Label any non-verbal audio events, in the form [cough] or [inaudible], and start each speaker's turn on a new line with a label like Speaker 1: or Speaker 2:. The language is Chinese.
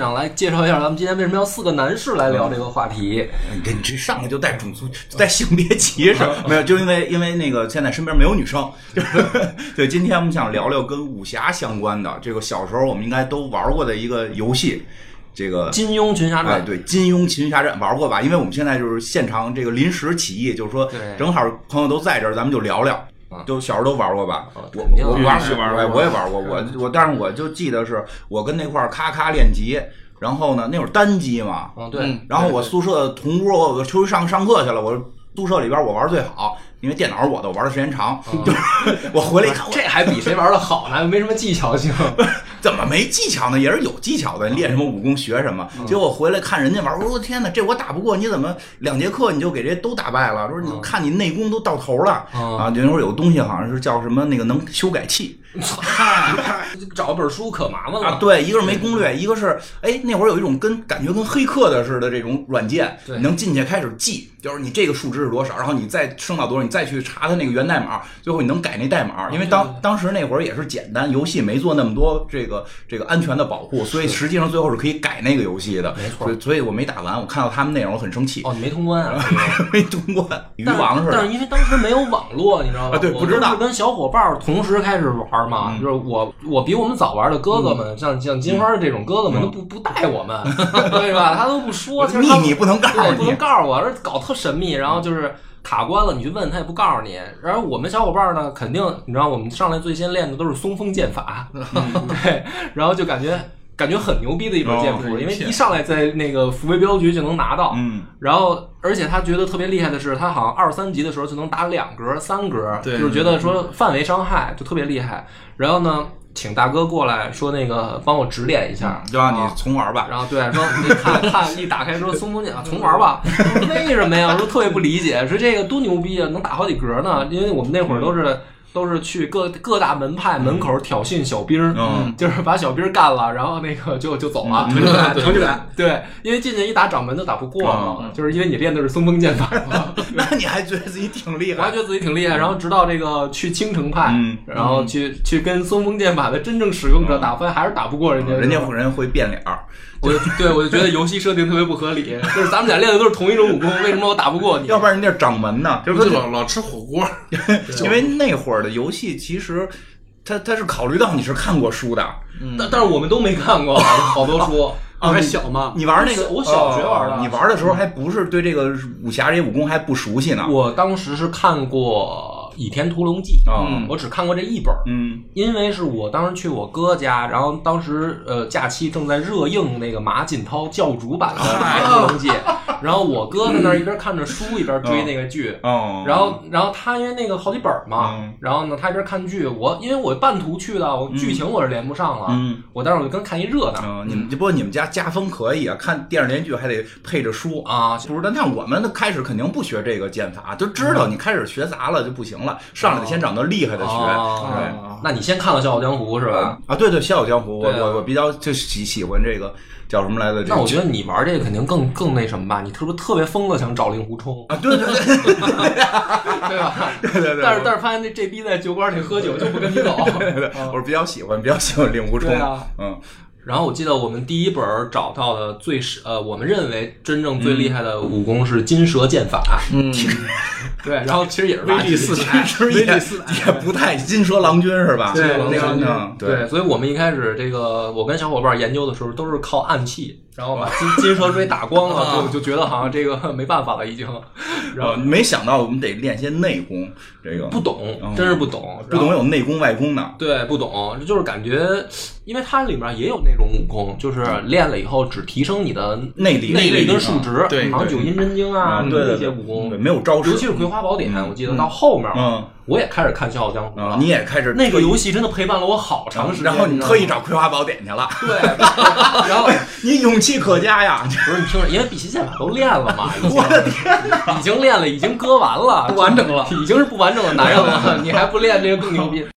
Speaker 1: 想来介绍一下咱们今天为什么要四个男士来聊这个话题。
Speaker 2: 你这你这上来就带种族，就带性别歧
Speaker 1: [laughs]
Speaker 2: 视，没有，就因为因为那个现在身边没有女生，就是 [laughs] 对。今天我们想聊聊跟武侠相关的，这个小时候我们应该都玩过的一个游戏，这个
Speaker 1: 金庸群侠
Speaker 2: 哎，
Speaker 1: 传，
Speaker 2: 对，金庸群侠传玩过吧？因为我们现在就是现场这个临时起意，就是说
Speaker 1: 对
Speaker 2: 正好朋友都在这儿，咱们就聊聊
Speaker 1: 啊。
Speaker 2: 都小时候都玩过吧？
Speaker 1: 啊
Speaker 2: 我
Speaker 1: 肯定
Speaker 2: 我
Speaker 1: 啊
Speaker 2: 玩
Speaker 3: 必须玩
Speaker 2: 哎，
Speaker 1: 过嗯
Speaker 2: 我也玩过。我我，但是我就记得是我跟那块儿咔咔练级，然后呢，那会儿单机嘛，
Speaker 1: 嗯，对，
Speaker 3: 嗯
Speaker 2: 然后我宿舍同屋，我我出去上上课去了，我宿舍里边我玩最好，因为电脑是我的，我玩的时间长。
Speaker 1: 嗯
Speaker 2: 就是我回来一看，我
Speaker 1: 这还比谁玩的好呢，没什么技巧
Speaker 2: [laughs]
Speaker 1: 性。
Speaker 2: 怎么没技巧呢？也是有技巧的，练什么武功学什么。
Speaker 1: 嗯
Speaker 2: 结果回来看人家玩，我说天哪，这我打不过，你怎么两节课你就给这都打败了？说你
Speaker 1: 嗯
Speaker 2: 看你内功都到头了
Speaker 1: 嗯
Speaker 2: 啊！就那会儿有东西好像是叫什么那个能修改器
Speaker 1: 找本书可麻烦
Speaker 2: 啊，
Speaker 1: 了。
Speaker 2: 对，一个是没攻略，一个是哎那会儿有一种跟感觉跟黑客的似的这种软件，
Speaker 1: 对
Speaker 2: 你能进去开始记，就是你这个数值是多少，然后你再升到多少，你再去查它那个源代码，最后你能改那代
Speaker 1: 哦
Speaker 2: 码，因为当当时那会儿也是简单，游戏没做那么多这个这个安全的保护，所以实际上最后是可以改那个游戏的，
Speaker 1: 没错
Speaker 2: 所以所以我没打完，我看到他们内容我很生气，
Speaker 1: 哦，你没通关啊？
Speaker 2: 没通关，鱼嗯王似
Speaker 1: 但
Speaker 2: 的。
Speaker 1: 是因为当时没有网络，你知道吧？
Speaker 2: 啊对
Speaker 1: 我
Speaker 2: 不知道
Speaker 1: 都
Speaker 2: 嗯
Speaker 1: 是跟小伙伴儿同时开始玩嘛，就是我我比我们早玩的哥哥们，像像金花这种哥
Speaker 2: 嗯
Speaker 1: 哥们都不不带我
Speaker 2: [laughs]
Speaker 1: 们，对吧？他都不说，其实
Speaker 2: 秘
Speaker 1: 他们
Speaker 2: 密不
Speaker 3: 哎
Speaker 2: 能告
Speaker 1: [laughs] 对，
Speaker 2: 诉
Speaker 1: 不
Speaker 2: 你
Speaker 1: 能，告诉我，而搞特神秘，然后就是卡关了，你去问他也不告诉你。然后我们小伙伴呢，肯定你知道，我们上来最先练的都是松风剑
Speaker 3: [laughs]
Speaker 1: 法，对，然后就感觉感觉很牛逼的一本剑
Speaker 3: 哦
Speaker 1: 谱，
Speaker 3: 对
Speaker 1: 因为一上来在那个福威镖局就能拿到。
Speaker 2: 嗯，
Speaker 1: 然后，而且他觉得特别厉害的是，他好像二三级的时候就能打两格、三格，
Speaker 3: 对嗯
Speaker 1: 就是觉得说范围伤害就特别厉害。然后呢，请大哥过来说那个帮我指点一下，
Speaker 2: 就让
Speaker 1: 啊
Speaker 2: 你重玩吧。
Speaker 1: [laughs] 然后对说，你看 [laughs] 看一打开说松风剑啊，重玩吧，为什么呀？我说特别不理解，说这个多牛逼啊，能打好几格呢？因为我们那会儿都是都是去各各大门派门口挑衅小兵儿，
Speaker 2: 嗯
Speaker 1: 就是把小兵儿干了，然后那个就就走了，
Speaker 2: 成就感成就感。
Speaker 1: 对，因为进去一打掌门都打不过嘛，
Speaker 2: 嗯
Speaker 1: 就是因为你练的是松风剑法嘛。
Speaker 2: 那你还觉得自己挺厉
Speaker 1: 我还
Speaker 2: 害？
Speaker 1: 觉得自己挺厉害，然后直到这个去青城派，
Speaker 2: 嗯
Speaker 1: 然后去去跟松风剑法的真正使用者打分，还是打不过人家，
Speaker 2: 嗯人家
Speaker 1: 是吧
Speaker 2: 人家会变脸儿，
Speaker 1: [laughs] 我就对我就觉得游戏设定特别不合理，就是咱们俩练的都是同一种武功，为什么我打不过你？
Speaker 2: 要不然人家掌门呢，就
Speaker 3: 就是是
Speaker 2: 说
Speaker 3: 老老吃火锅，
Speaker 2: [laughs] 因为那会儿的游戏其实。他他是考虑到你是看过书的，
Speaker 1: 嗯但但是我们都没看过好多啊书，
Speaker 3: 我啊还小嘛，
Speaker 2: 你玩那个
Speaker 1: 我小我小学玩的
Speaker 2: 哦你玩的时候还不是对这个武侠这些武功还不熟悉呢。
Speaker 1: 我当时是看过《倚天屠龙记》，
Speaker 3: 啊
Speaker 1: 嗯
Speaker 2: 哦
Speaker 1: 我只看过这一本儿。
Speaker 2: 嗯
Speaker 1: 因为是我当时去我哥家，然后当时呃假期正在热映那个马锦涛教主版的《倚天屠龙记》，
Speaker 3: 啊
Speaker 1: 然后我哥在那儿一边看着书一边追那个剧，
Speaker 2: 哦，
Speaker 1: 然后，然后他因为那个好几本儿嘛，
Speaker 2: 嗯
Speaker 1: 然后呢，他一边看剧，我因为我半途去的，我剧情我是连不上了，
Speaker 2: 嗯
Speaker 1: 我当时我就跟看一热闹、
Speaker 2: 嗯，你们不过你们家家风可以啊，看电视连续剧还得配着书。
Speaker 1: 啊，
Speaker 2: 不是，但像我们的开始肯定不学这个剑法，就知道你开始学杂了就不行了，上来得先找那厉害的学。
Speaker 1: 哦
Speaker 2: 对，
Speaker 1: 那你先看了《笑傲江湖》是吧？
Speaker 2: 啊，对对，《笑傲江湖》我
Speaker 1: 对啊
Speaker 2: 我我比较就喜喜欢这个叫什么来着？这
Speaker 1: 那
Speaker 2: 个
Speaker 1: 我觉得你玩这个肯定更更那什么吧，你特别特别疯的想找令狐
Speaker 2: [laughs]
Speaker 1: 冲，
Speaker 2: 啊，对对
Speaker 1: 对
Speaker 2: 对
Speaker 1: 吧？
Speaker 2: 对对对，
Speaker 1: 但是但是发现这这逼在酒馆里喝酒就不跟你走。 [laughs]
Speaker 2: 对对，我是比较喜欢，比较喜欢令狐冲
Speaker 1: 嗯对啊。
Speaker 2: 嗯，
Speaker 1: 然后我记得我们第一本儿找到的最是呃，我们认为真正最厉害的武功是金蛇剑法，
Speaker 2: [laughs]
Speaker 3: 嗯，
Speaker 1: 对，然后其实也是
Speaker 3: 威
Speaker 1: 垃圾
Speaker 3: 力四
Speaker 2: 其
Speaker 3: 彩，
Speaker 2: 实
Speaker 3: 威
Speaker 2: 也
Speaker 3: 力四彩，
Speaker 2: 也不太金蛇郎君是吧？
Speaker 3: 对
Speaker 2: 那个
Speaker 3: 郎君
Speaker 2: 嗯对
Speaker 1: 对，所以我们一开始这个，我跟小伙伴研究的时候都是靠暗器，然后把金金蛇锥打光
Speaker 2: [laughs]
Speaker 1: 了，就就觉得好像这个没办法了，已经，然后
Speaker 2: 呃没想到我们得练些内功，这个
Speaker 1: 不
Speaker 2: 嗯
Speaker 1: 懂，真是不懂，
Speaker 2: 不
Speaker 1: 然后。
Speaker 2: 懂有内功外功呢。
Speaker 1: 对，不懂，就是感觉，因为它里面也有那种武功，就是练了以后只提升你的
Speaker 2: 内力
Speaker 1: 内力跟数
Speaker 2: 啊
Speaker 1: 值，
Speaker 3: 对
Speaker 1: 好像
Speaker 3: 对
Speaker 1: 九阴真经啊，
Speaker 2: 嗯对
Speaker 1: 那
Speaker 2: 对
Speaker 1: 些
Speaker 2: 对
Speaker 1: 武功
Speaker 2: 对，，没有招式
Speaker 1: 尤其是《葵花宝典》，
Speaker 2: 嗯
Speaker 1: 我记得到后面，
Speaker 2: 嗯
Speaker 1: 我也开始看《笑傲江湖》
Speaker 2: 啊
Speaker 1: 了，，
Speaker 2: 你也开始
Speaker 1: 那个游戏真的陪伴了我好长时间，
Speaker 2: 然后你
Speaker 1: 知道
Speaker 2: 特意
Speaker 1: 吗
Speaker 2: 找《葵花宝典》去了， [laughs]
Speaker 1: 对，然后。
Speaker 2: 你勇气可嘉呀！
Speaker 1: 不是你听着，因为碧玺剑法都练了 [laughs] 嘛，我的天哪，已经练了，已经割完了，
Speaker 3: 不完整了
Speaker 1: 已经是不完整的男人了，你还不练这个更牛逼。